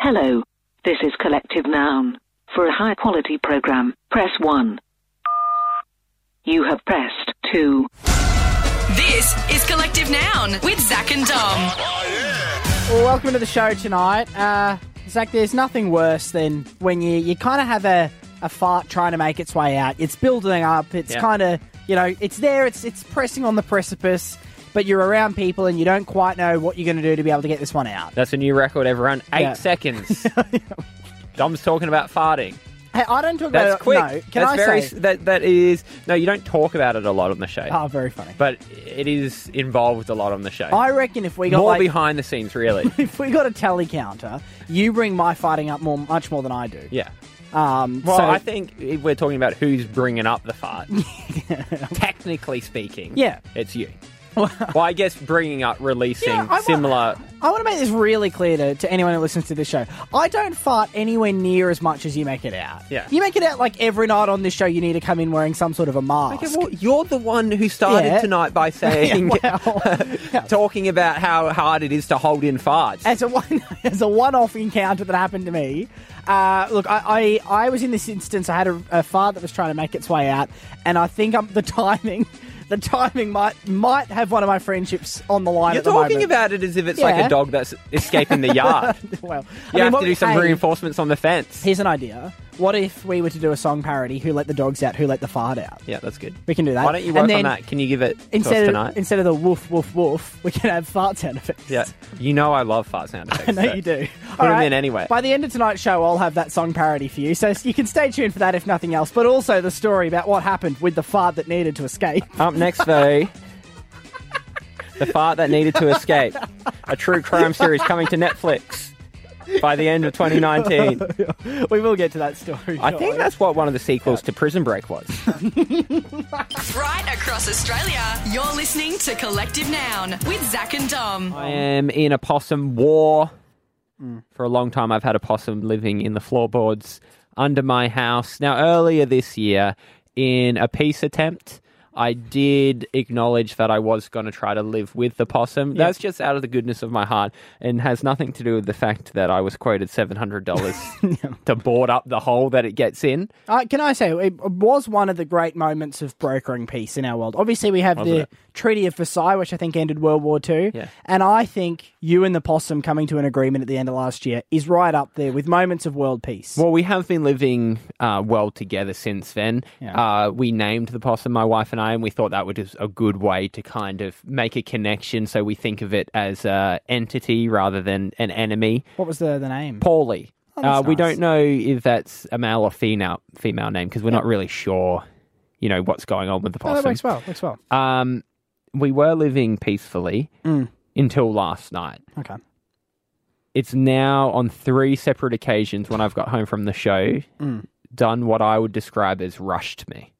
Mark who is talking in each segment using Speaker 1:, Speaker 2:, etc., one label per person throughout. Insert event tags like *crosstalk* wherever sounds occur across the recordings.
Speaker 1: Hello. This is collective noun. For a high quality program, press 1. You have pressed 2.
Speaker 2: This is Collective Noun with Zach and Dom.
Speaker 3: Well, welcome to the show tonight. Uh, Zach, there's nothing worse than when you, you kind of have a, a fart trying to make its way out. It's building up. It's
Speaker 4: Yeah.
Speaker 3: kind of, you know, it's there. It's, it's pressing on the precipice, but you're around people and you don't quite know what you're going to do to be able to get this one out.
Speaker 4: That's a new record, everyone.
Speaker 3: *laughs*
Speaker 4: Eight
Speaker 3: Yeah.
Speaker 4: seconds. Dom's talking about farting.
Speaker 3: Hey, I don't talk
Speaker 4: That's
Speaker 3: about
Speaker 4: quick.
Speaker 3: No, can
Speaker 4: That's
Speaker 3: I
Speaker 4: very,
Speaker 3: say?
Speaker 4: That, that is. No, you don't talk about it a lot on the show.
Speaker 3: Oh, very funny.
Speaker 4: But it is involved a lot on the show.
Speaker 3: I reckon if we got
Speaker 4: More
Speaker 3: like,
Speaker 4: behind the scenes, really.
Speaker 3: *laughs* if we got a tally counter, you bring my fighting up more, much more than I do.
Speaker 4: yeah.
Speaker 3: Um,
Speaker 4: Well,
Speaker 3: so-
Speaker 4: I think if we're talking about who's bringing up
Speaker 3: *laughs*
Speaker 4: the fart. Technically speaking,
Speaker 3: Yeah. *laughs*
Speaker 4: it's you. well, I guess bringing up, releasing
Speaker 3: Yeah, I wa-
Speaker 4: similar.
Speaker 3: I want to make this really clear to, to anyone who listens to this show. I don't fart anywhere near as much as you make it out.
Speaker 4: Yeah.
Speaker 3: You make it out like every night on this show you need to come in wearing some sort of a mask.
Speaker 4: Okay,
Speaker 3: *laughs*
Speaker 4: well, you're the one who started
Speaker 3: Yeah.
Speaker 4: tonight *laughs* by saying,
Speaker 3: well, yeah.
Speaker 4: *laughs* talking about how hard it is to hold in farts.
Speaker 3: As a one, *laughs* as a one-off encounter that happened to me, uh, look, I, I, I was in this instance. I had a, a fart that was trying to make its way out, and I think um *laughs* the timing, the timing might might have one of my friendships on the line.
Speaker 4: You're
Speaker 3: at the
Speaker 4: talking
Speaker 3: moment.
Speaker 4: about it as if it's like
Speaker 3: Yeah.
Speaker 4: a dog that's escaping the yard. you
Speaker 3: *laughs* well, I mean,
Speaker 4: have
Speaker 3: what
Speaker 4: to
Speaker 3: we-
Speaker 4: do some
Speaker 3: hey,
Speaker 4: reinforcements on the fence.
Speaker 3: Here's an idea. What if we were to do a song parody? Who let the dogs out? Who let the fart out?
Speaker 4: Yeah, that's good.
Speaker 3: We can do that.
Speaker 4: Why don't you
Speaker 3: And
Speaker 4: work
Speaker 3: then
Speaker 4: on that? Can you give it to us
Speaker 3: Instead
Speaker 4: tonight?
Speaker 3: of, instead of the woof woof woof, we can have fart sound effects.
Speaker 4: yeah, you know I love fart sound
Speaker 3: *laughs*
Speaker 4: effects.
Speaker 3: I know
Speaker 4: so
Speaker 3: you do. All
Speaker 4: Put 'em in anyway.
Speaker 3: By the end of tonight's show, I'll have that song parody for you, so you can stay tuned for that if nothing else. But also the story about what happened with the fart that needed to escape. *laughs*
Speaker 4: Up next, though, the fart that needed to escape, a true crime series coming to Netflix by the end of 2019.
Speaker 3: *laughs* Oh, we will get to that story.
Speaker 4: I think
Speaker 3: shortly.
Speaker 4: that's what one of the sequels to Prison Break was.
Speaker 2: Right across Australia, you're listening to Collective Noun with Zach and Dom.
Speaker 4: I am in a possum war. For a long time, I've had a possum living in the floorboards under my house. Now, earlier this year, in a peace attempt, I did acknowledge that I was going to try to live with the possum. That's just out of the goodness of my heart and has nothing to do with the fact that I was quoted $700 to board up the hole that it gets in.
Speaker 3: Uh, can I say it was one of the great moments of brokering peace in our world? Obviously, we have
Speaker 4: Wasn't
Speaker 3: the
Speaker 4: it?
Speaker 3: Treaty of Versailles, which I think ended World War Two.
Speaker 4: Yeah.
Speaker 3: And I think you and the possum coming to an agreement at the end of last year is right up there with moments of world peace.
Speaker 4: Well, we have been living uh, well together since then.
Speaker 3: Yeah.
Speaker 4: Uh, we named the possum, my wife and I, and we thought that was just a good way to kind of make a connection. So we think of it as a entity rather than an enemy.
Speaker 3: what was the the name?
Speaker 4: Paulie.
Speaker 3: Oh, that's
Speaker 4: uh, We
Speaker 3: nice.
Speaker 4: don't know if that's a male or female female name because we're not really sure. You know what's going on with the
Speaker 3: Oh,
Speaker 4: possum.
Speaker 3: that works well. Works well.
Speaker 4: Um, we were living peacefully
Speaker 3: Mm.
Speaker 4: until last night
Speaker 3: Okay.
Speaker 4: it's now on three separate occasions when I've got home from the show done what I would describe as rushed me,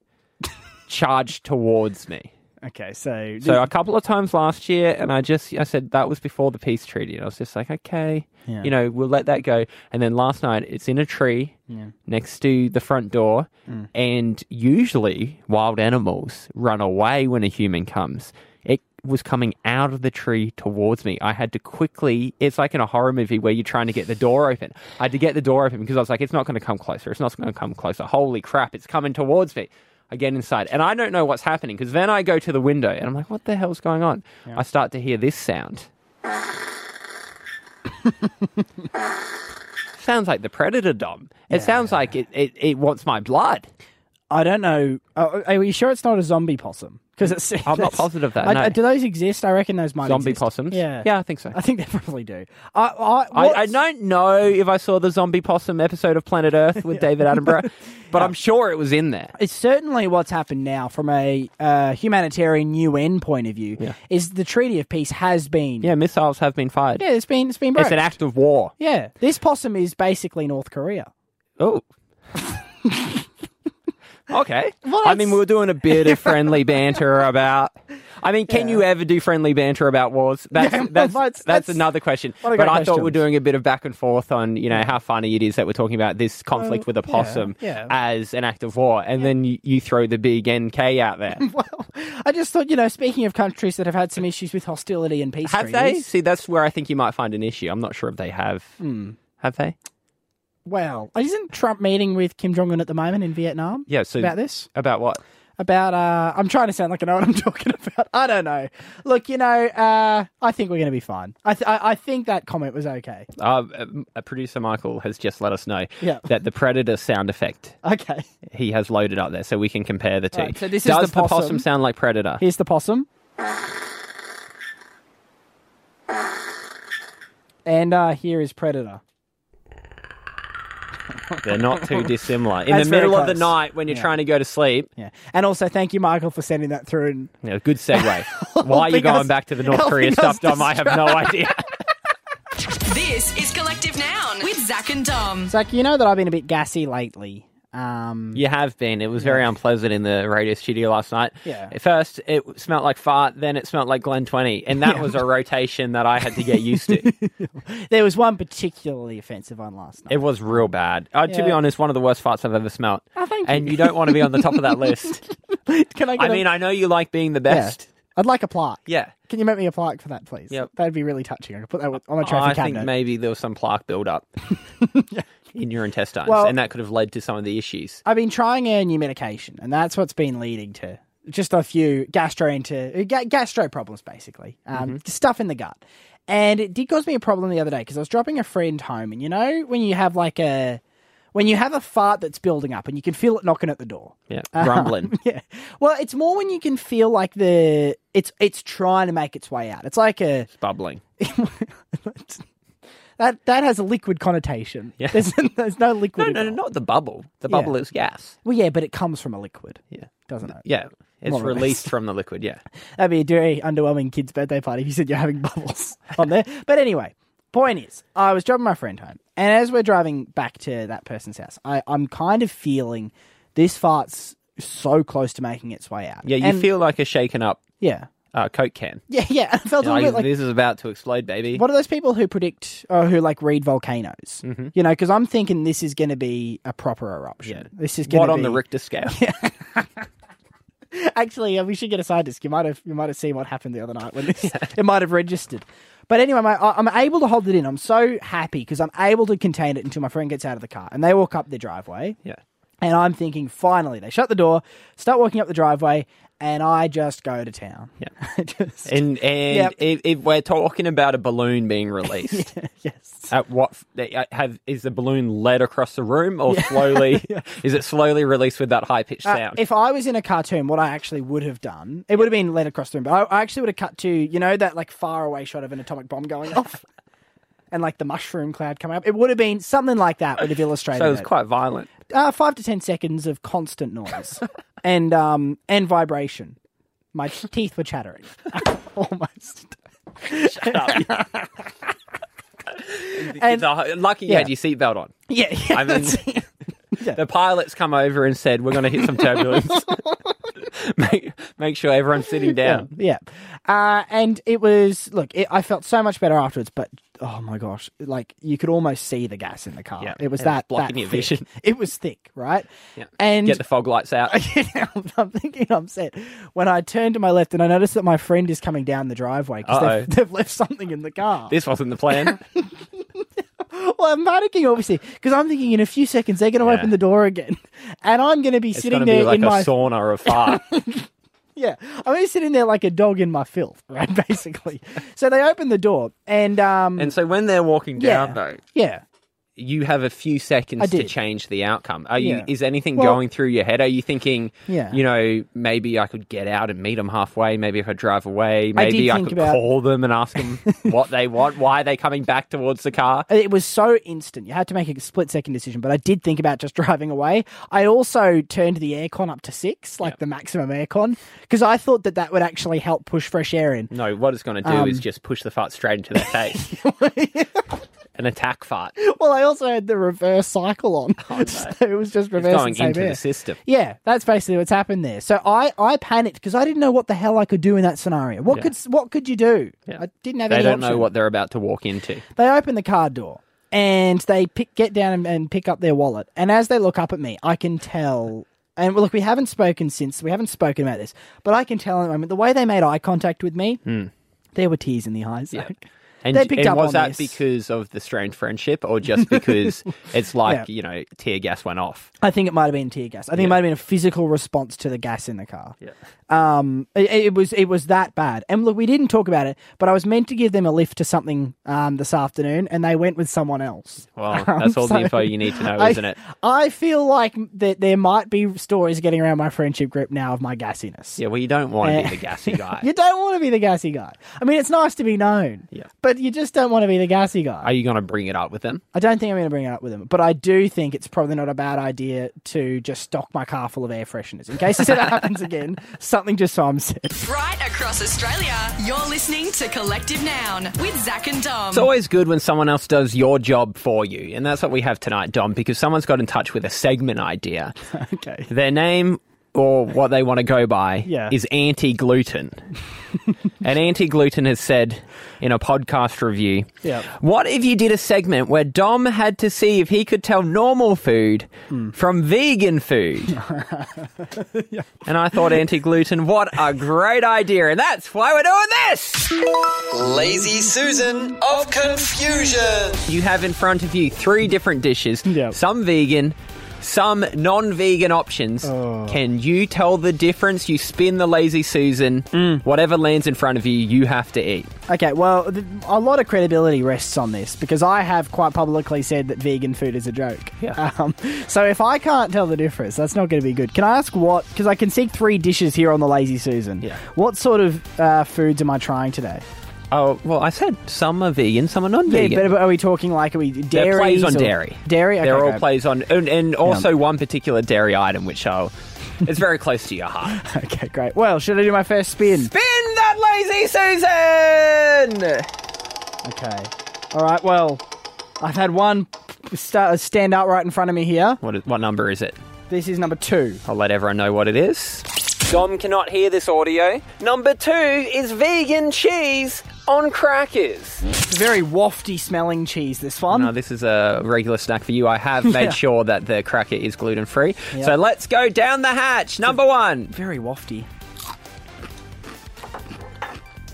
Speaker 4: charged towards me.
Speaker 3: Okay. So,
Speaker 4: So a couple of times last year, and I just I said that was before the peace treaty, and I was just like, okay,
Speaker 3: Yeah.
Speaker 4: you know, we'll let that go. And then last night, it's in a tree next to the front door, and usually wild animals run away when a human comes. It was coming out of the tree towards me. I had to quickly. It's like in a horror movie where you're trying to get the door open. I had to get the door open because I was like, it's not going to come closer. It's not going to come closer. Holy crap! It's coming towards me. I get inside and I don't know what's happening because then I go to the window and I'm like, what the hell's going on? I start to hear this sound. *laughs* sounds like the predator dom. It sounds like it, it, it wants my blood.
Speaker 3: I don't know. Are, are you sure it's not a zombie possum? Because it's.
Speaker 4: I'm not positive of that,
Speaker 3: I,
Speaker 4: no.
Speaker 3: Do those exist? I reckon those might.
Speaker 4: Zombie
Speaker 3: exist.
Speaker 4: possums?
Speaker 3: Yeah.
Speaker 4: Yeah, I think so.
Speaker 3: I think they *laughs* probably do. I I,
Speaker 4: I, I
Speaker 3: what's-
Speaker 4: don't know if I saw the zombie possum episode of Planet Earth *laughs* with David Attenborough, but I'm sure it was in there.
Speaker 3: it's certainly what's happened now from a uh, humanitarian UN point of view. Is the Treaty of Peace has been
Speaker 4: Yeah, missiles have been fired.
Speaker 3: yeah it's been it's been broke.
Speaker 4: it's an act of war.
Speaker 3: yeah, this possum is basically North Korea.
Speaker 4: Oh. *laughs* okay.
Speaker 3: Well,
Speaker 4: I mean, we were doing a bit of friendly
Speaker 3: *laughs*
Speaker 4: banter about. I mean, can you ever do friendly banter about wars? That's
Speaker 3: Yeah, well, that's-
Speaker 4: that's, that's,
Speaker 3: that's-
Speaker 4: another question.
Speaker 3: what a
Speaker 4: But
Speaker 3: great
Speaker 4: I thought we we're
Speaker 3: question.
Speaker 4: doing a bit of back and forth on you know how funny it is that we're talking about this conflict with a possum
Speaker 3: Um, yeah.
Speaker 4: as an act of war, and then you, you throw the big NK out there.
Speaker 3: Well, I just thought you know, speaking of countries that have had some issues with hostility and peace
Speaker 4: have they?
Speaker 3: treaties, Hmm.
Speaker 4: See, that's where I think you might find an issue. I'm not sure if they have. Have they?
Speaker 3: Well, isn't Trump meeting with Kim Jong Un at the moment in Vietnam?
Speaker 4: Yeah, so
Speaker 3: about this.
Speaker 4: About what?
Speaker 3: About uh, I'm trying to sound like I know what I'm *laughs* talking about. I don't know. Look, you know, uh, I think we're going to be fine. I, th- I I think that comment was
Speaker 4: *laughs*
Speaker 3: okay.
Speaker 4: Uh, uh, producer Michael has just let us know
Speaker 3: Yeah.
Speaker 4: that the Predator sound effect
Speaker 3: Okay,
Speaker 4: he has loaded up there, so we can compare the two.
Speaker 3: Right, so this is
Speaker 4: Does
Speaker 3: the possum.
Speaker 4: sound like Predator?
Speaker 3: here's the possum. And uh, here is Predator.
Speaker 4: They're not too dissimilar. In
Speaker 3: That's
Speaker 4: the middle
Speaker 3: very
Speaker 4: of the
Speaker 3: close.
Speaker 4: night when you're trying to go to sleep.
Speaker 3: Yeah, and also thank you, Michael, for sending that through. And
Speaker 4: Yeah, good
Speaker 3: *laughs*
Speaker 4: segue. Why are you
Speaker 3: Helping
Speaker 4: going
Speaker 3: us-
Speaker 4: back
Speaker 3: *laughs*
Speaker 4: to the North
Speaker 3: helping
Speaker 4: Korea
Speaker 3: us
Speaker 4: stuff, Dom? I have
Speaker 3: *laughs*
Speaker 4: no idea.
Speaker 2: This is Collective Noun with Zach and Dom.
Speaker 3: Zach, you know that I've been a bit gassy lately. Um,
Speaker 4: You have been. It was very unpleasant in the radio studio last night.
Speaker 3: Yeah.
Speaker 4: At first, it smelled like fart. Then it smelled like Glen 20. And that was a rotation that I had to get
Speaker 3: *laughs*
Speaker 4: used to.
Speaker 3: there was one particularly offensive one last night.
Speaker 4: it was real bad. Uh, To be
Speaker 3: Yeah.
Speaker 4: honest, one of the worst farts I've ever smelled.
Speaker 3: Oh, thank
Speaker 4: and
Speaker 3: you.
Speaker 4: you don't want to be on the top of
Speaker 3: *laughs*
Speaker 4: that list.
Speaker 3: Can I? Get
Speaker 4: I mean, I know you like being the
Speaker 3: yeah.
Speaker 4: best.
Speaker 3: I'd like a plaque.
Speaker 4: Yeah.
Speaker 3: Can you make me a plaque for that, please?
Speaker 4: Yep.
Speaker 3: That'd be really touching. I could put that on my trophy
Speaker 4: I
Speaker 3: cabinet.
Speaker 4: think maybe there was some
Speaker 3: *laughs*
Speaker 4: plaque buildup in your intestines,
Speaker 3: Well-
Speaker 4: and that could have led to some of the issues.
Speaker 3: I've been trying a new medication, and that's what's been leading to just a few gastro into uh, ga- gastro problems, basically, um,
Speaker 4: Mm-hmm.
Speaker 3: stuff in the gut. And it did cause me a problem the other day because I was dropping a friend home, and you know when you have like a when you have a fart that's building up, and you can feel it knocking at the door. *laughs*
Speaker 4: Yeah, grumbling.
Speaker 3: yeah. Well, it's more when you can feel like the it's it's trying to make its way out. It's like a
Speaker 4: bubbling.
Speaker 3: that that has a liquid connotation.
Speaker 4: Yeah.
Speaker 3: *laughs* There's, there's no liquid.
Speaker 4: No,
Speaker 3: at
Speaker 4: no, no,
Speaker 3: all.
Speaker 4: not the bubble.
Speaker 3: Yeah.
Speaker 4: The bubble is gas.
Speaker 3: Well, yeah, but it comes from a liquid.
Speaker 4: Yeah.
Speaker 3: Doesn't it?
Speaker 4: Yeah, it's
Speaker 3: More or
Speaker 4: released from the liquid. Yeah,
Speaker 3: That'd be a very underwhelming kid's birthday party if you said you're having bubbles *laughs* on there. But anyway, point is, I was driving my friend home, and as we're driving back to that person's house, I, I'm kind of feeling this fart's so close to making its way out.
Speaker 4: yeah. You
Speaker 3: And-
Speaker 4: feel like a shaken up
Speaker 3: yeah, *laughs*
Speaker 4: uh, coke can.
Speaker 3: yeah, yeah. I felt a
Speaker 4: Like,
Speaker 3: little bit like
Speaker 4: this is about to explode, baby.
Speaker 3: What are those people who predict or who like read volcanoes? You know, because I'm thinking this is going to be a proper eruption.
Speaker 4: Mm-hmm. Yeah.
Speaker 3: This is going
Speaker 4: What
Speaker 3: to
Speaker 4: on
Speaker 3: be...
Speaker 4: the
Speaker 3: *laughs*
Speaker 4: Richter scale?
Speaker 3: Actually, uh, we should get a scientist. You might have you might have seen what happened the other night when this it might have registered. But anyway, my, I- I'm able to hold it in. I'm so happy because I'm able to contain it until my friend gets out of the car and they walk up the driveway.
Speaker 4: Yeah.
Speaker 3: And I'm thinking, finally, they shut the door, start walking up the driveway, and I just go to town. Yeah, *laughs* just,
Speaker 4: And and
Speaker 3: Yep.
Speaker 4: if, if we're talking about a balloon being released,
Speaker 3: *laughs* yes.
Speaker 4: at what f- they- uh, have is the balloon led across the room
Speaker 3: *laughs*
Speaker 4: or slowly? Is it slowly released with that high pitched
Speaker 3: Uh,
Speaker 4: sound?
Speaker 3: if I was in a cartoon, what I actually would have done, it would have been led across the room, but I, I actually would have cut to, you know, that like far away shot of an atomic bomb going
Speaker 4: *laughs*
Speaker 3: off and like the mushroom cloud coming up. It would have been something like that, would have illustrated
Speaker 4: so it was
Speaker 3: it. *laughs*
Speaker 4: quite violent.
Speaker 3: uh, five to 10 seconds of constant noise *laughs* and, um, and vibration. My teeth were
Speaker 4: *laughs*
Speaker 3: chattering *laughs* almost.
Speaker 4: It's a- lucky you
Speaker 3: yeah.
Speaker 4: had your seatbelt on.
Speaker 3: Yeah, yeah.
Speaker 4: I mean, the pilots come over and said, "We're going to hit
Speaker 3: *laughs*
Speaker 4: some turbulence. *laughs* make, make sure everyone's sitting down."
Speaker 3: Um, Yeah. Uh, and it was, look, it, I felt so much better afterwards, but oh my gosh, like you could almost see the gas in the car.
Speaker 4: Yeah,
Speaker 3: It was
Speaker 4: it was
Speaker 3: that,
Speaker 4: blocking
Speaker 3: that
Speaker 4: your
Speaker 3: thick.
Speaker 4: vision.
Speaker 3: *laughs* It was thick, right?
Speaker 4: Yeah.
Speaker 3: And *laughs*
Speaker 4: Get the fog lights out.
Speaker 3: I'm thinking I'm set. When I turn to my left and I notice that my friend is coming down the driveway because
Speaker 4: Uh-oh.
Speaker 3: they've, *laughs* they've left something in the car.
Speaker 4: This wasn't the plan.
Speaker 3: *laughs* Well, I'm panicking, obviously, because I'm thinking in a few seconds they're going to
Speaker 4: Yeah.
Speaker 3: open the door again. *laughs* And I'm going to be
Speaker 4: It's going
Speaker 3: sitting
Speaker 4: to
Speaker 3: there
Speaker 4: be like
Speaker 3: in
Speaker 4: a
Speaker 3: my. *laughs*
Speaker 4: sauna of fart.
Speaker 3: Yeah, I'm going to be sitting there like a dog in my filth, *laughs* right? Basically. so they open the door and. um
Speaker 4: and so when they're walking
Speaker 3: Yeah.
Speaker 4: down, though,
Speaker 3: Yeah.
Speaker 4: you have a few
Speaker 3: I
Speaker 4: seconds to
Speaker 3: did.
Speaker 4: change the outcome. Are you?
Speaker 3: Yeah.
Speaker 4: Is anything
Speaker 3: Well-
Speaker 4: going through your head? Are you thinking?
Speaker 3: Yeah.
Speaker 4: You know, maybe I could get out and meet them halfway. Maybe if I drive away, maybe I,
Speaker 3: think
Speaker 4: could
Speaker 3: about-
Speaker 4: call them and ask
Speaker 3: *laughs*
Speaker 4: them what they want. Why are they coming back towards the car?
Speaker 3: It was so instant. You had to make a split second decision, but I did think about just *laughs* driving away. I also turned the aircon up to six, like the maximum aircon, because I thought that that would actually help push fresh air in.
Speaker 4: No, what it's going to do
Speaker 3: Um,
Speaker 4: is just push the fart straight into
Speaker 3: *laughs*
Speaker 4: their face. An attack fart. It's
Speaker 3: Well, I also had the reverse cycle
Speaker 4: *laughs*
Speaker 3: on. *laughs* so it was just reverse
Speaker 4: Oh, going
Speaker 3: and same
Speaker 4: into
Speaker 3: air.
Speaker 4: the system.
Speaker 3: Yeah, that's basically what's happened there. So I, I panicked because I didn't know what the hell I could do in that scenario. What could what could you do? I didn't have
Speaker 4: They
Speaker 3: any
Speaker 4: don't know
Speaker 3: option.
Speaker 4: what they're about to walk into.
Speaker 3: They open the car door and they pick, get down and, and pick up their wallet. And as they look up at me, I can tell. And look, we haven't spoken since. We haven't spoken about this, but I can tell at the moment the way *laughs* they made eye contact with me. There were tears in the eyes. Zach.
Speaker 4: Hmm. And,
Speaker 3: They picked
Speaker 4: and
Speaker 3: up
Speaker 4: was
Speaker 3: on this.
Speaker 4: that because of the strange friendship
Speaker 3: *laughs*
Speaker 4: or just because it's like,
Speaker 3: Yeah.
Speaker 4: you know, tear gas went off?
Speaker 3: I think it might have been tear gas. I think it might have been a physical response to the gas in the car. Yeah. Um, it, it was it was that bad. And look, we didn't talk about it, but I was meant to give them a lift to something um, this afternoon, and they went with someone else. *laughs*
Speaker 4: Well, that's all
Speaker 3: so-
Speaker 4: the info you need to know,
Speaker 3: I-
Speaker 4: isn't it?
Speaker 3: I feel like that there might be stories getting around my friendship group now of my gassiness.
Speaker 4: Yeah, well, you don't want to
Speaker 3: Uh,
Speaker 4: be
Speaker 3: *laughs*
Speaker 4: the gassy guy.
Speaker 3: You don't want to be the gassy guy. I mean, it's nice to be known,
Speaker 4: Yeah.
Speaker 3: but you just don't want to be the gassy guy.
Speaker 4: Are you going to bring it up with them?
Speaker 3: I don't think I'm going to bring it up with them, but I do think it's probably not a bad idea to just stock my car full of air fresheners in case this ever *laughs* happens again. Something just so I'm said.
Speaker 4: *laughs*
Speaker 2: Right across Australia, you're listening to Collective Noun with Zach and Dom.
Speaker 4: It's always good when someone else does your job for you. And that's what we have tonight, Dom, because someone's got in touch with a segment
Speaker 3: *laughs*
Speaker 4: idea.
Speaker 3: Okay.
Speaker 4: *laughs* Their name or what they want to go by
Speaker 3: Yeah.
Speaker 4: is anti gluten. and anti gluten has said in a podcast review
Speaker 3: Yep.
Speaker 4: What if you did a segment where Dom had to see if he could tell normal food from vegan food? And I thought anti gluten, what a great idea. And that's why we're doing this.
Speaker 5: Lazy Susan of Confusion.
Speaker 4: You have in front of you three different dishes,
Speaker 3: Yep.
Speaker 4: some vegan, some non vegan options. Can you tell the difference? You spin the lazy Susan, whatever lands in front of you, you have to eat.
Speaker 3: Okay, well, th- a lot of credibility rests on this because I have quite publicly said that vegan food is a joke.
Speaker 4: Yeah.
Speaker 3: Um, so if I can't tell the difference, that's not going to be good. Can I ask what? Because I can see three dishes here on the Lazy Susan.
Speaker 4: Yeah.
Speaker 3: What sort of uh, foods am I trying today?
Speaker 4: Oh, well, I said some are vegan, some are non
Speaker 3: Yeah,
Speaker 4: vegan.
Speaker 3: but- but are we talking like are we dairy?
Speaker 4: They're plays on dairy.
Speaker 3: Dairy. Okay,
Speaker 4: They're all
Speaker 3: okay.
Speaker 4: plays on, and, and also one particular dairy item, which I'll. It's very close to your heart.
Speaker 3: Okay, great. Well, should I do my first spin?
Speaker 4: *laughs* Spin that lazy Susan!
Speaker 3: Okay. All right. Well, I've had one sta stand out right in front of me here.
Speaker 4: What, is- what number is it?
Speaker 3: This is number two.
Speaker 4: I'll let everyone know what it is. Dom cannot hear this audio. Number two is vegan cheese on crackers.
Speaker 3: It's very wafty smelling cheese. This one.
Speaker 4: No, this is a regular snack for you. I have made
Speaker 3: Yeah.
Speaker 4: sure that the cracker is gluten free.
Speaker 3: Yeah.
Speaker 4: So let's go down the hatch. Number one
Speaker 3: very wafty.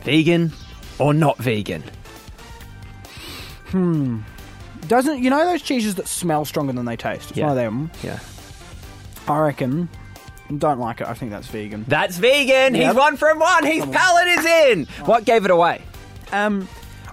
Speaker 4: vegan or not vegan?
Speaker 3: Doesn't you know those cheeses that smell stronger than they taste? It's
Speaker 4: Yeah.
Speaker 3: one of them.
Speaker 4: Yeah.
Speaker 3: I reckon. Don't like it. I think that's vegan.
Speaker 4: That's
Speaker 3: Yep.
Speaker 4: vegan. He's one from one. His palate is in. What gave it away?
Speaker 3: Um,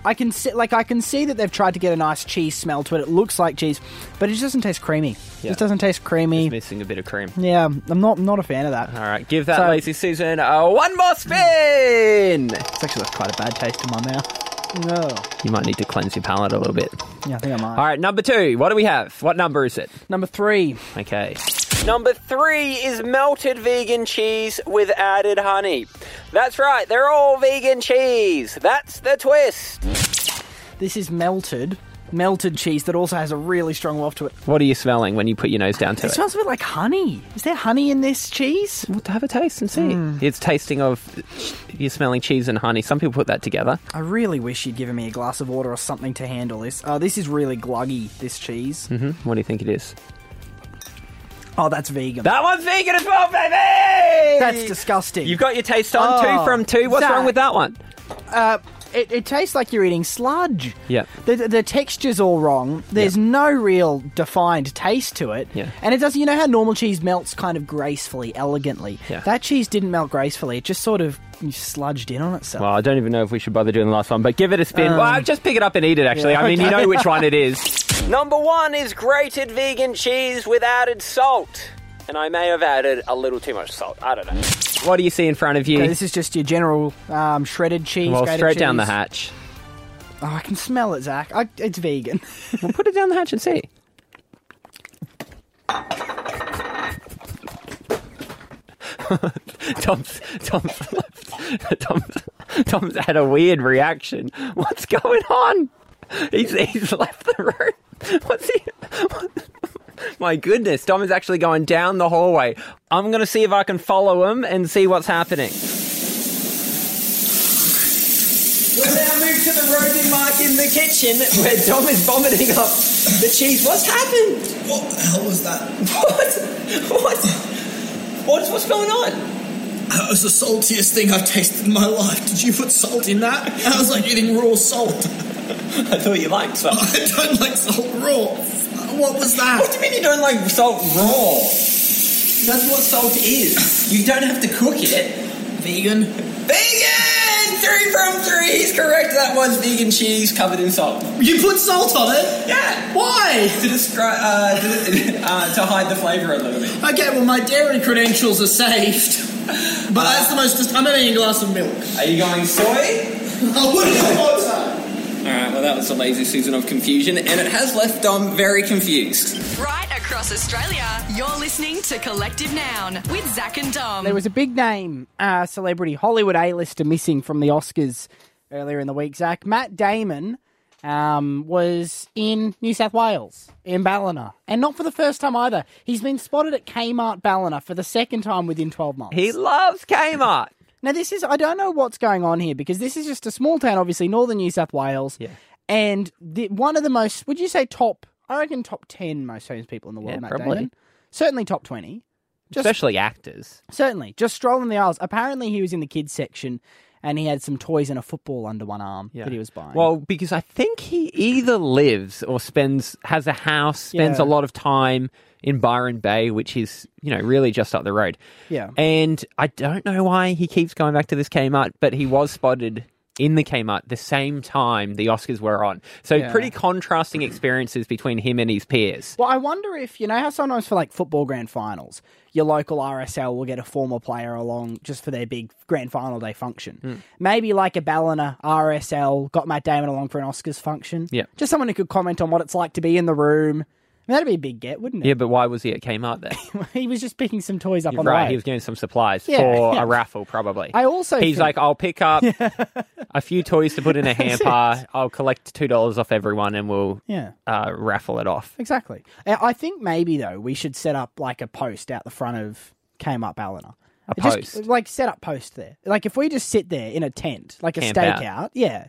Speaker 3: I can see like I can see that they've tried to get a nice cheese smell to it. It looks like cheese, but it just doesn't taste creamy. It
Speaker 4: Yeah.
Speaker 3: just doesn't taste creamy.
Speaker 4: Missing a bit Uh-huh. of cream.
Speaker 3: yeah, I'm not I'm not a fan of that.
Speaker 4: All right, give that
Speaker 3: So-
Speaker 4: lazy Susan a one more spin.
Speaker 3: It's actually left quite a bad taste in my mouth. No.
Speaker 4: You might need to cleanse your palate a little bit.
Speaker 3: Yeah, I think I might.
Speaker 4: All right, number two. What do we have? What number is it?
Speaker 3: Number three.
Speaker 4: Okay. Number three is melted vegan cheese with added honey. That's right, they're all vegan cheese. That's the twist.
Speaker 3: This is melted, melted cheese that also has a really strong waft to it.
Speaker 4: What are you smelling when you put your nose down to
Speaker 3: It
Speaker 4: it?
Speaker 3: smells a bit like honey. Is there honey in this cheese?
Speaker 4: Well, have a taste and see. Mm. It's tasting of you're smelling cheese and honey. Some people put that together.
Speaker 3: I really wish you'd given me a glass of water or something to handle this. Oh, this is really gluggy, this cheese.
Speaker 4: Hmm, What do you think it is?
Speaker 3: Oh, that's vegan.
Speaker 4: That one's vegan as well, baby.
Speaker 3: that's disgusting.
Speaker 4: You've got your taste on
Speaker 3: Oh,
Speaker 4: two from two. What's
Speaker 3: Zach.
Speaker 4: wrong with that one?
Speaker 3: it, it tastes like you're eating sludge.
Speaker 4: Yeah.
Speaker 3: The, the, the texture's all wrong. There's no real defined taste to it.
Speaker 4: Yeah.
Speaker 3: And it does. You know how normal cheese melts kind of gracefully, elegantly.
Speaker 4: Yeah.
Speaker 3: That cheese didn't melt gracefully. It just sort of sludged in on itself.
Speaker 4: Well, I don't even know if we should bother doing the last one, but give it a spin.
Speaker 3: Um,
Speaker 4: well, just pick it up and eat it, actually. I mean, you know which one
Speaker 3: *laughs*
Speaker 4: it is. Number one is grated vegan cheese with added salt. And I may have added a little too much salt. I don't know. What do you see in front of you?
Speaker 3: Okay, this is just your general um, shredded cheese.
Speaker 4: well,
Speaker 3: grated
Speaker 4: straight down
Speaker 3: cheese.
Speaker 4: the hatch.
Speaker 3: Oh, I can smell it, Zach. I, it's vegan. *laughs*
Speaker 4: Well, put it down the hatch and *laughs* see. Tom's, Tom's, left. Tom's, Tom's had a weird reaction. What's going on? He's, he's left the room. What's he? My goodness, Tom is actually going down the hallway. I'm going to see if I can follow him and see what's happening.
Speaker 5: We'll now move to the roving mark in the kitchen where Dom is vomiting up the cheese. What's happened? What the hell was that? *laughs* What? What? What's, what's going on?
Speaker 6: That was the saltiest thing I've tasted in my life. Did you put salt in that? That was like eating raw salt.
Speaker 5: I thought you liked salt.
Speaker 6: I don't like salt raw. What was
Speaker 5: What do
Speaker 6: that?
Speaker 5: you mean you don't like salt raw? That's what salt is. You don't have to cook it.
Speaker 6: Vegan?
Speaker 5: Vegan! Three from three! He's correct. That one's vegan cheese covered in salt.
Speaker 6: You put salt on it?
Speaker 5: Yeah!
Speaker 6: Why?
Speaker 5: To describe, uh, to, uh, to hide the flavour a little bit.
Speaker 6: Okay, well, my dairy credentials are saved. *laughs* But that's the most. I'm having a glass of milk.
Speaker 5: Uh, Are you going soy?
Speaker 6: *laughs* I wouldn't have thought so.
Speaker 5: Alright, well, that was a lazy season of confusion, and it has left Dom very confused.
Speaker 2: Right across Australia, you're listening to Collective Noun with Zach and Dom.
Speaker 3: There was a big name uh, celebrity Hollywood A-lister missing from the Oscars earlier in the week. Zach Matt Damon um, was in New South Wales in Ballina, and not for the first time either. He's been spotted at Kmart Ballina for the second time within twelve months.
Speaker 4: He loves Kmart.
Speaker 3: Now, this is, I don't know what's going on here because this is just a small town, obviously, northern New South Wales. Yeah. And the, one of the most, would you say top, I reckon top 10 most famous people in the world,
Speaker 4: Yeah,
Speaker 3: Matt
Speaker 4: probably.
Speaker 3: Damon. Certainly top 20. Just-
Speaker 4: Especially actors.
Speaker 3: Certainly. Just strolling the aisles. Apparently, he was in the kids section and he had some toys and a football under one arm that he was buying.
Speaker 4: Well, because I think he either lives or spends has a house, spends
Speaker 3: Yeah.
Speaker 4: a lot of time in Byron Bay, which is you know really just up the road.
Speaker 3: Yeah.
Speaker 4: and I don't know why he keeps going back to this Kmart, but he was spotted in the Kmart the same time the Oscars were on. So pretty contrasting experiences between him and his peers.
Speaker 3: Well, I wonder if you know how sometimes for like football grand finals, your local RSL will get a former player along just for their big grand final day function.
Speaker 4: Hmm.
Speaker 3: Maybe like a Ballina RSL got Matt Damon along for an Oscars function.
Speaker 4: Yeah.
Speaker 3: just someone who could comment on what it's like to be in the room. I mean, that'd be a big get, wouldn't
Speaker 4: Yeah,
Speaker 3: it?
Speaker 4: but why was he at Kmart there?
Speaker 3: *laughs* he was just picking some toys up on the
Speaker 4: right,
Speaker 3: way.
Speaker 4: he was getting some supplies
Speaker 3: Yeah,
Speaker 4: for
Speaker 3: yeah.
Speaker 4: a raffle, probably.
Speaker 3: I also
Speaker 4: he's
Speaker 3: think-
Speaker 4: like, I'll
Speaker 3: *laughs*
Speaker 4: pick up a few toys to put in a hamper. I'll collect two dollars off everyone, and we'll
Speaker 3: Yeah.
Speaker 4: uh, raffle it off.
Speaker 3: Exactly. I I think maybe though we should set up like a post out the front of Kmart Ballina.
Speaker 4: A
Speaker 3: Just,
Speaker 4: post?
Speaker 3: like set up post there. Like if we just sit there in a tent, like a
Speaker 4: Camp out.
Speaker 3: stakeout. Yeah.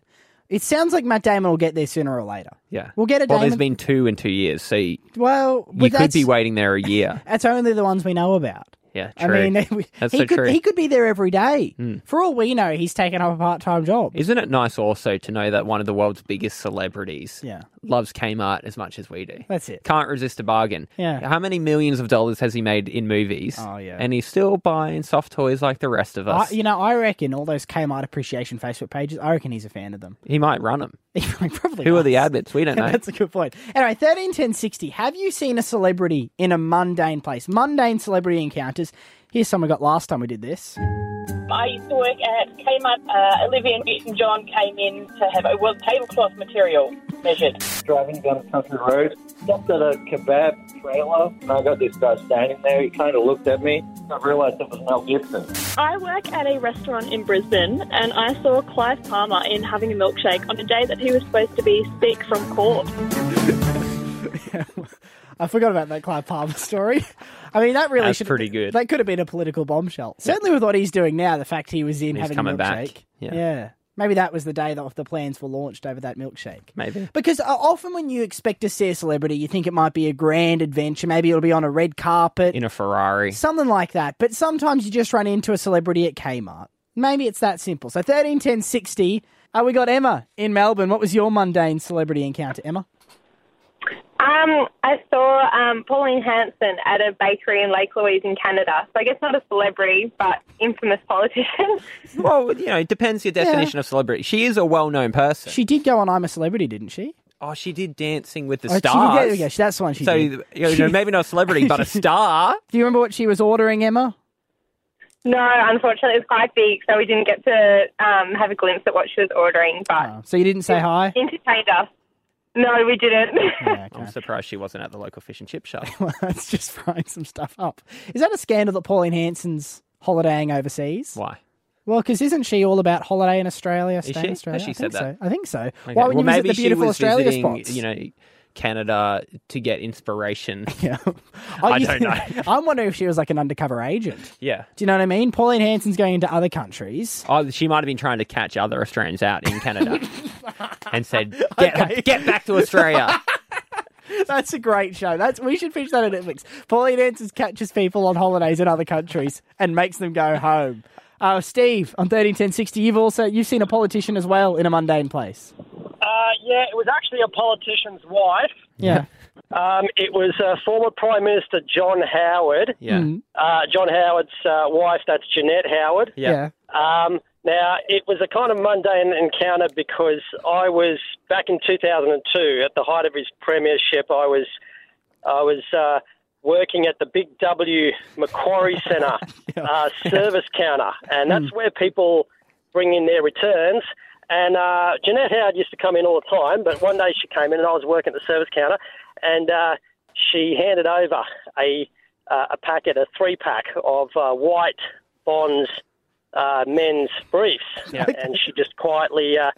Speaker 3: It sounds like Matt Damon will get there sooner or later.
Speaker 4: Yeah,
Speaker 3: We'll get a
Speaker 4: Well, there's
Speaker 3: Damon-
Speaker 4: been two in two years, so you
Speaker 3: Well, but
Speaker 4: could
Speaker 3: that's,
Speaker 4: be waiting there
Speaker 3: *laughs*
Speaker 4: a year.
Speaker 3: that's only the ones we know about.
Speaker 4: Yeah,
Speaker 3: I
Speaker 4: true.
Speaker 3: mean, *laughs* we,
Speaker 4: That's
Speaker 3: he
Speaker 4: so
Speaker 3: could
Speaker 4: true. Hmm.
Speaker 3: he could be there every day. For all we know, he's taken up a part time job.
Speaker 4: Isn't it nice also to know that one of the world's biggest celebrities
Speaker 3: Yeah.
Speaker 4: loves Kmart as much as we do?
Speaker 3: That's it.
Speaker 4: Can't resist a bargain.
Speaker 3: Yeah.
Speaker 4: How many millions of dollars has he made in movies?
Speaker 3: Oh, yeah.
Speaker 4: And he's still buying soft toys like the rest of
Speaker 3: I,
Speaker 4: us.
Speaker 3: you know, I reckon all those Kmart appreciation Facebook pages. I reckon he's a fan of them.
Speaker 4: He might run them.
Speaker 3: *laughs* He probably
Speaker 4: Who are the
Speaker 3: was.
Speaker 4: admins? We don't
Speaker 3: *laughs*
Speaker 4: know.
Speaker 3: That's a good point. Anyway, thirteen ten sixty. Have you seen a celebrity in a mundane place? Mundane celebrity encounters. Here's some we got last time we did this.
Speaker 7: I used to work at Kmart. Uh, Olivia Newton-John came in to have it was tablecloth material measured.
Speaker 8: driving down a country road, stopped at a kebab trailer, and I got this guy standing there. He kind of looked at me. I realized it was Mel Gibson.
Speaker 9: I work at a restaurant in Brisbane, and I saw Clive Palmer in having a milkshake on a day that he was supposed to be sick from court.
Speaker 3: I forgot about that Clive Palmer *laughs* story. I mean, that really
Speaker 4: That's
Speaker 3: should
Speaker 4: pretty good.
Speaker 3: That could have been a political bombshell. Certainly with what he's doing now, the fact he was in
Speaker 4: He's
Speaker 3: having a
Speaker 4: coming back.
Speaker 3: milkshake.
Speaker 4: Yeah.
Speaker 3: Maybe that was the day that the plans were launched over that milkshake.
Speaker 4: Maybe.
Speaker 3: Because uh, often when you expect to see a celebrity, you think it might be a grand adventure. Maybe it'll be on a red carpet.
Speaker 4: In a Ferrari.
Speaker 3: Something like that. But sometimes you just run into a celebrity at Kmart. Maybe it's that simple. So 13, 10, 60. Uh, we got Emma in Melbourne. What was your mundane celebrity encounter, Emma?
Speaker 10: Um, I saw um, Pauline Hanson at a bakery in Lake Louise in Canada. So I guess not a celebrity, but infamous politician. *laughs*
Speaker 4: Well, you know, it depends your definition of celebrity. She is a well known person.
Speaker 3: She did go on I'm a Celebrity, didn't she?
Speaker 4: oh, she did Dancing with the
Speaker 3: Oh, she did-
Speaker 4: Stars.
Speaker 3: there we go. She- That's the one she
Speaker 4: so,
Speaker 3: did.
Speaker 4: you know, maybe not a celebrity,
Speaker 3: *laughs*
Speaker 4: but a star.
Speaker 3: Do you remember what she was ordering, Emma?
Speaker 10: no, unfortunately, it was quite big, so we didn't get to um, have a glimpse at what she was ordering, but
Speaker 3: Oh, so you didn't say hi?
Speaker 10: entertained us. No, we didn't. *laughs*
Speaker 3: Yeah, okay.
Speaker 4: I'm surprised she wasn't at the local fish and
Speaker 3: *laughs*
Speaker 4: chip shop.
Speaker 3: *laughs* Well, that's just frying some stuff up. Is that a scandal that Pauline Hanson's holidaying overseas?
Speaker 4: Why?
Speaker 3: Well, because isn't she all about holiday in Australia, stay
Speaker 4: she?
Speaker 3: in
Speaker 4: Has
Speaker 3: Australia?
Speaker 4: she
Speaker 3: I
Speaker 4: said
Speaker 3: think
Speaker 4: that?
Speaker 3: so. I think so.
Speaker 4: Okay,
Speaker 3: Why would you visit
Speaker 4: well, maybe
Speaker 3: the
Speaker 4: she
Speaker 3: beautiful
Speaker 4: was
Speaker 3: Australia
Speaker 4: visiting,
Speaker 3: spots?
Speaker 4: You know, Canada to
Speaker 3: *laughs*
Speaker 4: get inspiration.
Speaker 3: Yeah. Oh,
Speaker 4: I
Speaker 3: you
Speaker 4: don't know.
Speaker 3: *laughs* I'm wondering if she was like an undercover agent.
Speaker 4: yeah.
Speaker 3: Do you know what I mean? Pauline Hanson's going into other countries. *laughs*
Speaker 4: Oh, she might have been trying to catch other Australians out in Canada and said,
Speaker 3: *laughs*
Speaker 4: get,
Speaker 3: Okay.
Speaker 4: get back
Speaker 3: *laughs*
Speaker 4: to Australia.
Speaker 3: That's a great show. That's we should finish that on Netflix. Pauline Hansons catches people on holidays in other countries and makes them go home. Uh, Steve on thirteen ten sixty. You've also you've seen a politician as well in a mundane place.
Speaker 7: Uh,
Speaker 11: yeah, it was actually a politician's wife.
Speaker 3: Yeah.
Speaker 11: Um, it was uh, former Prime Minister John Howard.
Speaker 3: Yeah. Mhm.
Speaker 11: Uh, John Howard's uh, wife, that's Jeanette Howard.
Speaker 3: Yeah.
Speaker 11: Um, now, it was a kind of mundane encounter because I was back in 2002 at the height of his premiership. I was, I was uh, working at the Big W Macquarie Centre uh, service counter, and that's where people bring in their returns. And uh, Jeanette Howard used to come in all the time, but one day she came in, and I was working at the service counter, and uh, she handed over a uh, a packet, a three pack of uh, white bonds uh, men's briefs,
Speaker 12: Yeah.
Speaker 11: and she just quietly uh,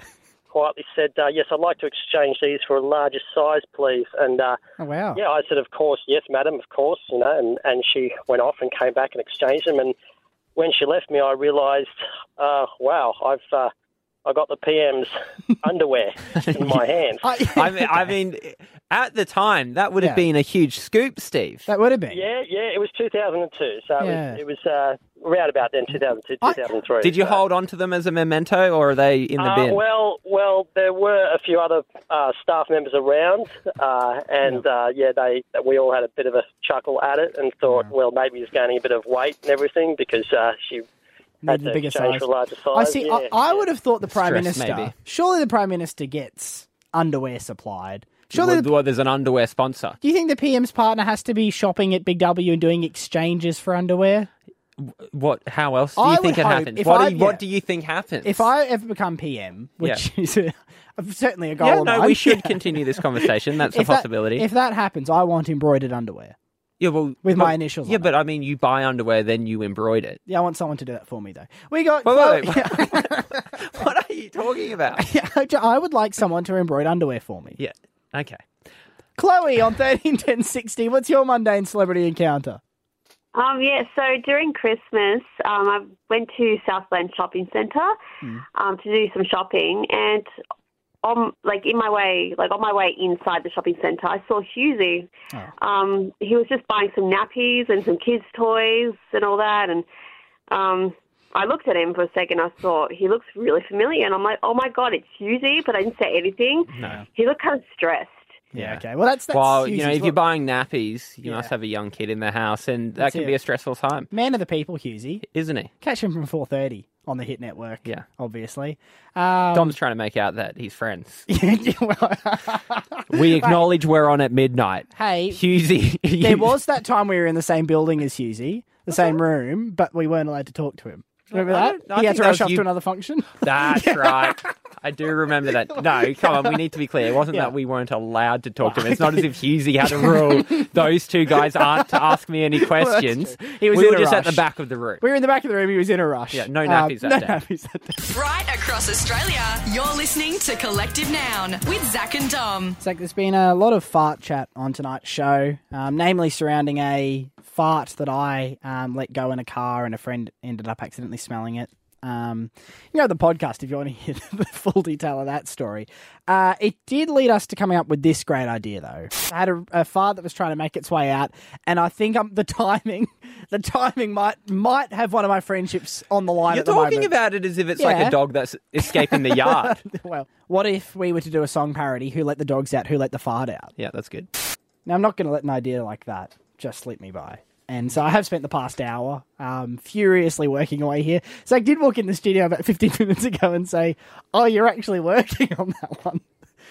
Speaker 11: quietly said, uh, "Yes, I'd like to exchange these for a larger size, please." And uh,
Speaker 3: Oh, wow.
Speaker 11: yeah, I said, "Of course, yes, madam, of course," you know, and and she went off and came back and exchanged them. And when she left me, I realised, uh, wow, I've uh, I got the
Speaker 4: *laughs*
Speaker 11: PM's underwear in my hand.
Speaker 3: *laughs*
Speaker 4: I mean, I mean, at the time, that would have
Speaker 11: Yeah.
Speaker 4: been a huge scoop, Steve.
Speaker 3: That would have
Speaker 11: Yeah, yeah, it was 2002, so
Speaker 4: Yeah.
Speaker 11: it was, it was uh, around about then, 2002, 2003.
Speaker 4: Did you
Speaker 11: so-
Speaker 4: hold on to them as a memento, or are they in the
Speaker 11: uh,
Speaker 4: bin?
Speaker 11: Well, well, there were a few other uh, staff members around, uh, and uh, yeah, they we all had a bit of a chuckle at it and thought, well, maybe he's gaining a bit of weight and everything because uh, she had
Speaker 3: Needed
Speaker 11: to
Speaker 3: a bigger
Speaker 11: exchange
Speaker 3: size.
Speaker 11: for a larger size.
Speaker 3: I see.
Speaker 11: Yeah.
Speaker 3: I, I would have thought the prime
Speaker 4: Stress,
Speaker 3: minister.
Speaker 4: maybe.
Speaker 3: Surely the prime minister gets underwear supplied. Surely,
Speaker 4: Well,
Speaker 3: the,
Speaker 4: well, there's an underwear sponsor.
Speaker 3: do you think the PM's partner has to be shopping at Big W and doing exchanges for underwear?
Speaker 4: What? How else do you
Speaker 3: I would
Speaker 4: think it
Speaker 3: hope
Speaker 4: happens?
Speaker 3: if
Speaker 4: What,
Speaker 3: I-
Speaker 4: do you, what
Speaker 3: yeah.
Speaker 4: do you think happens?
Speaker 3: If I ever become PM, which is a, certainly a goal.
Speaker 4: yeah,
Speaker 3: of
Speaker 4: no,
Speaker 3: mine. *laughs*
Speaker 4: we should continue this conversation. That's a
Speaker 3: If that-
Speaker 4: possibility.
Speaker 3: if that happens, I want embroidered underwear.
Speaker 4: yeah, well,
Speaker 3: with my
Speaker 4: but-
Speaker 3: initials
Speaker 4: Yeah, but I mean, you buy underwear, then you
Speaker 3: *laughs*
Speaker 4: embroider it.
Speaker 3: Yeah, I want someone to do that for me though. We got.
Speaker 4: Wait, wait, wait.
Speaker 3: Yeah, *laughs*
Speaker 4: What are you talking about?
Speaker 3: I would like someone to embroider underwear for me.
Speaker 4: Yeah. Okay.
Speaker 3: Chloe on thirteen ten sixty. What's your mundane celebrity encounter?
Speaker 13: Um, yeah, so during Christmas, um, I went to Southland Shopping Centre um, to do some shopping, and on like in my way, like on my way inside the shopping centre, I saw Husey. Um, he was just buying some nappies and some kids' toys and all that, and um, I looked at him for a second. I thought he looks really familiar, and I'm like, oh my god, it's Husey, but I didn't say anything.
Speaker 4: No.
Speaker 13: He looked kind of stressed.
Speaker 3: Yeah. Okay. Well, that's that's
Speaker 4: well, you know,
Speaker 3: Hughesy's
Speaker 4: if you're
Speaker 3: work.
Speaker 4: buying nappies, you must have a young kid in the house, and that
Speaker 3: That's
Speaker 4: can
Speaker 3: it.
Speaker 4: be a stressful time,
Speaker 3: man of the people, Husey.
Speaker 4: isn't he?
Speaker 3: Catch him from four thirty on the Hit Network.
Speaker 4: Yeah.
Speaker 3: obviously. *laughs* Um,
Speaker 4: Dom's trying to make out that he's friends. we acknowledge we're on at midnight.
Speaker 3: Hey, *laughs*
Speaker 4: Husey.
Speaker 3: there was that time we were in the same building as Husey, the same room, but we weren't allowed to talk to him. Remember
Speaker 4: Oh, I
Speaker 3: that?
Speaker 4: don't- I
Speaker 3: he had
Speaker 4: think
Speaker 3: to
Speaker 4: that
Speaker 3: rush
Speaker 4: was
Speaker 3: off
Speaker 4: you-
Speaker 3: to another function. *laughs*
Speaker 4: That's right. I do remember that. No, come on, we need to be clear. It wasn't
Speaker 3: Yeah.
Speaker 4: that we weren't allowed to talk to him. It's not
Speaker 3: *laughs*
Speaker 4: as if Husey had a rule. Those two guys aren't to ask me any
Speaker 3: *laughs* Well, that's
Speaker 4: questions.
Speaker 3: true. He was
Speaker 4: we
Speaker 3: in
Speaker 4: were
Speaker 3: a
Speaker 4: just at
Speaker 3: rush.
Speaker 4: the back of the room.
Speaker 3: We were in the back of the room. He was in a rush.
Speaker 4: Yeah, no
Speaker 3: Um,
Speaker 4: nappies that
Speaker 3: no
Speaker 4: day.
Speaker 3: nappies that day.
Speaker 2: Right across Australia, you're listening to Collective Noun with Zach and Dom.
Speaker 3: It's like there's been a lot of fart chat on tonight's show, um, namely surrounding a fart that I um, let go in a car and a friend ended up accidentally smelling it. Um, you know the podcast if you want to *laughs* hear the full detail of that story. Uh, it did lead us to coming up with this great idea, though. I had a, a fart that was trying to make its way out, and I think um, the *laughs* timing, the timing might might have one of my friendships on the line.
Speaker 4: You're
Speaker 3: at the
Speaker 4: talking
Speaker 3: moment.
Speaker 4: about it as if it's like
Speaker 3: Yeah.
Speaker 4: a dog that's escaping the
Speaker 3: *laughs*
Speaker 4: yard.
Speaker 3: well, what if we were to do a song parody? Who let the dogs out? Who let the fart out?
Speaker 4: yeah, that's good.
Speaker 3: Now, I'm not going to let an idea like that just slip me by. And so I have spent the past hour um, furiously working away here. So I did walk in the studio about 15 *laughs* minutes ago and say, Oh, you're actually working on that one.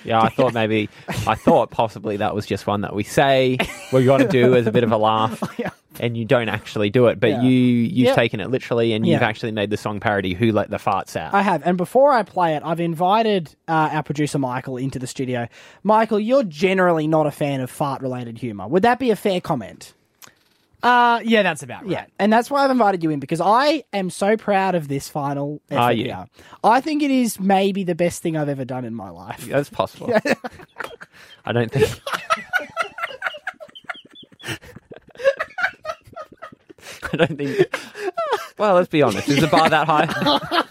Speaker 4: Yeah, I thought maybe, I thought possibly that was just one that we say we got to do as a bit of
Speaker 3: *laughs*
Speaker 4: a laugh, and you don't actually do it, but
Speaker 3: Yeah.
Speaker 4: you you've
Speaker 3: Yep.
Speaker 4: taken it literally, and you've
Speaker 3: Yeah.
Speaker 4: actually made the song parody "Who Let the Farts Out."
Speaker 3: I have. And before I play it, I've invited uh, our producer, Michael, into the studio. Michael, you're generally not a fan of fart related humor. Would that be a fair comment?
Speaker 14: Uh, yeah, that's about right.
Speaker 3: Yeah, and that's why I've invited you in because I am so proud of this final effort
Speaker 14: Ah,
Speaker 4: Are you?
Speaker 3: here. I think it is maybe the best thing I've ever done in my life.
Speaker 4: That's possible. I don't think. *laughs* I don't think. Well, let's be honest. Is the bar that high?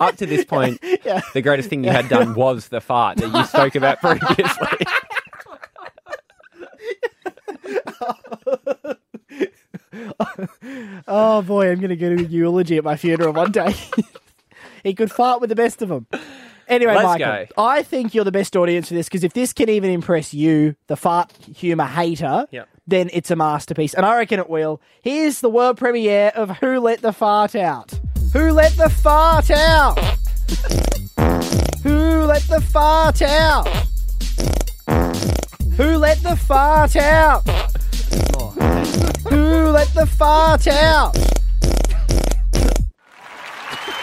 Speaker 4: Up to this point,
Speaker 3: Yeah.
Speaker 4: the greatest thing you had done was the fart that you spoke about previously.
Speaker 3: *laughs* oh boy, I'm going to get a eulogy at my funeral one day. *laughs* He could fart with the best of them. Anyway,
Speaker 4: Let's
Speaker 3: Michael, I think you're the best audience for this because if this can even impress you, the fart humor hater,
Speaker 4: Yep.
Speaker 3: then it's a masterpiece. And I reckon it will. Here's the world premiere of Who Let the Fart Out? Who Let the Fart Out? *laughs* Who Let the Fart Out? Who Let the Fart Out? Who Let the Fart Out?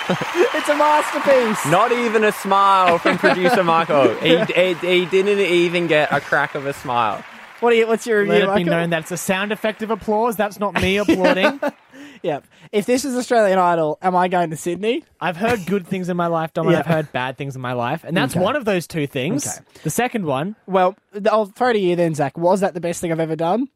Speaker 3: *laughs* it's a masterpiece.
Speaker 4: Not even a smile from producer Michael. He, he, he didn't even get a crack of a smile.
Speaker 3: What do you, what's your review,
Speaker 14: Let it be
Speaker 3: Michael?
Speaker 14: known that's a sound effect of applause. That's not
Speaker 11: *laughs*
Speaker 14: me applauding.
Speaker 3: Yep. If this is Australian Idol, am I going to Sydney?
Speaker 14: I've heard good things in my life, Dom,
Speaker 3: Yeah.
Speaker 14: and I've heard bad things in my life, and that's
Speaker 3: Okay.
Speaker 14: one of those two things.
Speaker 3: Okay.
Speaker 14: The second one,
Speaker 3: Well, th- I'll throw to you then, Zach. Was that the best thing I've ever done?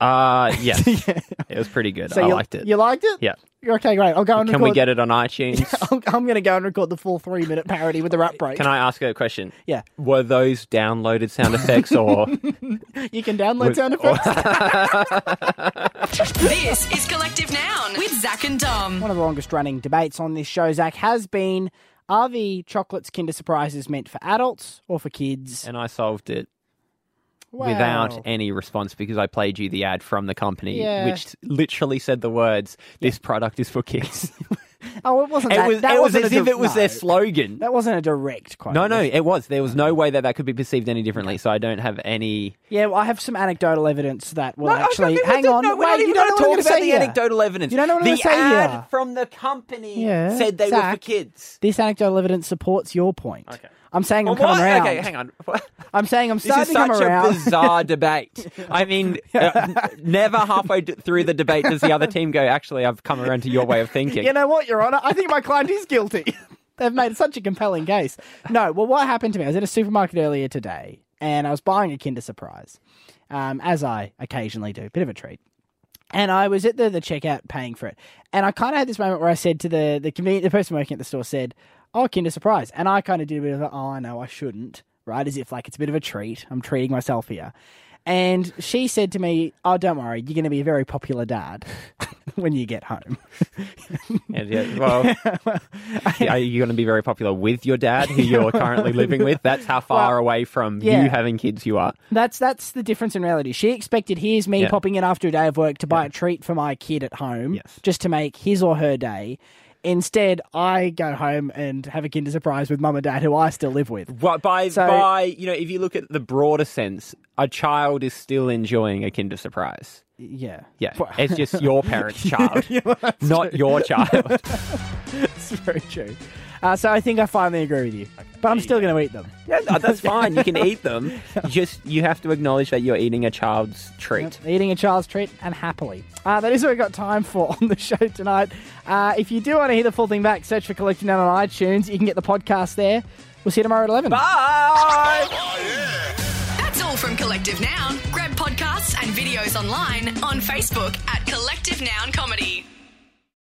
Speaker 4: Uh, yes.
Speaker 3: *laughs*
Speaker 4: It was pretty good.
Speaker 3: So
Speaker 4: I
Speaker 3: you-
Speaker 4: liked it.
Speaker 3: You liked it?
Speaker 4: Yeah.
Speaker 3: Okay, great. I'll go and
Speaker 4: Can
Speaker 3: record. *laughs*
Speaker 4: we get it on iTunes?
Speaker 3: I'm, going to go and record the full three minute parody with the rap break.
Speaker 4: Can I ask a question?
Speaker 3: Yeah.
Speaker 4: Were those downloaded sound
Speaker 3: *laughs*
Speaker 4: effects or
Speaker 3: You can download
Speaker 4: With-
Speaker 3: sound effects.
Speaker 2: this is Collective Noun with Zach and Dom.
Speaker 3: One of the longest running debates on this show, Zach, has been are the chocolates Kinder Surprises meant for adults or for kids?
Speaker 4: and I solved it
Speaker 3: Wow.
Speaker 4: Uh, without any response because I played you the ad from the company
Speaker 3: Yeah.
Speaker 4: which literally said the words this product is for kids. *laughs*
Speaker 3: Oh, it wasn't
Speaker 4: it
Speaker 3: that.
Speaker 4: was
Speaker 3: that
Speaker 4: it was
Speaker 3: wasn't
Speaker 4: as
Speaker 3: a
Speaker 4: if
Speaker 3: di-
Speaker 4: it was
Speaker 3: no.
Speaker 4: their slogan.
Speaker 3: That wasn't a direct quote.
Speaker 4: No, no, it was. There was no way that that could be perceived any differently. So I don't have any.
Speaker 3: Yeah, well, I have some anecdotal evidence that will
Speaker 4: No, I don't
Speaker 3: actually.
Speaker 4: think I
Speaker 3: Hang
Speaker 4: did.
Speaker 3: on,
Speaker 4: No, we're not
Speaker 3: wait, you
Speaker 4: even
Speaker 3: don't
Speaker 4: gonna
Speaker 3: know what I'm
Speaker 4: talk about
Speaker 3: gonna say
Speaker 4: the
Speaker 3: here.
Speaker 4: anecdotal evidence.
Speaker 3: You don't know what I'm
Speaker 4: The
Speaker 3: gonna say
Speaker 4: ad
Speaker 3: here.
Speaker 4: from the company
Speaker 3: Yeah.
Speaker 4: said they were for
Speaker 3: Zach.
Speaker 4: kids.
Speaker 3: This anecdotal evidence supports your point. Okay. I'm saying I'm
Speaker 4: Well,
Speaker 3: coming
Speaker 4: what?
Speaker 3: around.
Speaker 4: Okay, hang on.
Speaker 3: I'm saying I'm
Speaker 4: This
Speaker 3: starting
Speaker 4: is such
Speaker 3: to come around.
Speaker 4: a
Speaker 3: *laughs*
Speaker 4: bizarre debate. I mean, uh, n- never halfway d- through the debate does the other team go, actually, I've come around to your way of thinking.
Speaker 3: You know what, Your Honour? I think my client is guilty. *laughs* They've made such a compelling case. No, well, what happened to me? I was at a supermarket earlier today and I was buying a Kinder Surprise, um, as I occasionally do. Bit of a treat. And I was at the, the checkout paying for it. And I kind of had this moment where I said to the, the, conven- the person working at the store, said, oh, Kinder Surprise. And I kind of did a bit of, a, oh, I know I shouldn't, right? As if like it's a bit of a treat. I'm treating myself here. And she said to me, oh, don't worry, you're going to be a very popular dad *laughs* when you get home.
Speaker 4: And
Speaker 3: *laughs*
Speaker 4: yeah, well, yeah, are you going to be very popular with your dad, who you're currently living with? That's how far
Speaker 3: Well,
Speaker 4: away from
Speaker 3: yeah.
Speaker 4: you having kids you are.
Speaker 3: That's that's the difference in reality. She expected here's me
Speaker 4: Yeah.
Speaker 3: popping in after a day of work to buy a treat for my kid at home, just to make his or her day. Instead, I go home and have a Kinder surprise with mum and dad, who I still live with.
Speaker 4: But by
Speaker 3: So-
Speaker 4: by you know, if you look at the broader sense, a child is still enjoying a Kinder surprise.
Speaker 3: Yeah, *laughs*
Speaker 4: Yeah, it's just your parent's child, not your
Speaker 3: *laughs*
Speaker 4: child.
Speaker 3: it's very true. Uh, so I think I finally agree with you, but I'm still going to eat them.
Speaker 4: Yeah, no, that's fine. You can eat them. You Just you have to acknowledge that you're eating a child's treat.
Speaker 3: Eating a child's treat and happily. Uh, that is what we've got time for *laughs* on the show tonight. Uh, if you do want to hear the full thing back, search for Collecting Down on iTunes. You can get the podcast there. We'll see you tomorrow at 11.
Speaker 2: That's all from Collective Noun. Grab podcasts and videos online on Facebook at Collective Noun Comedy.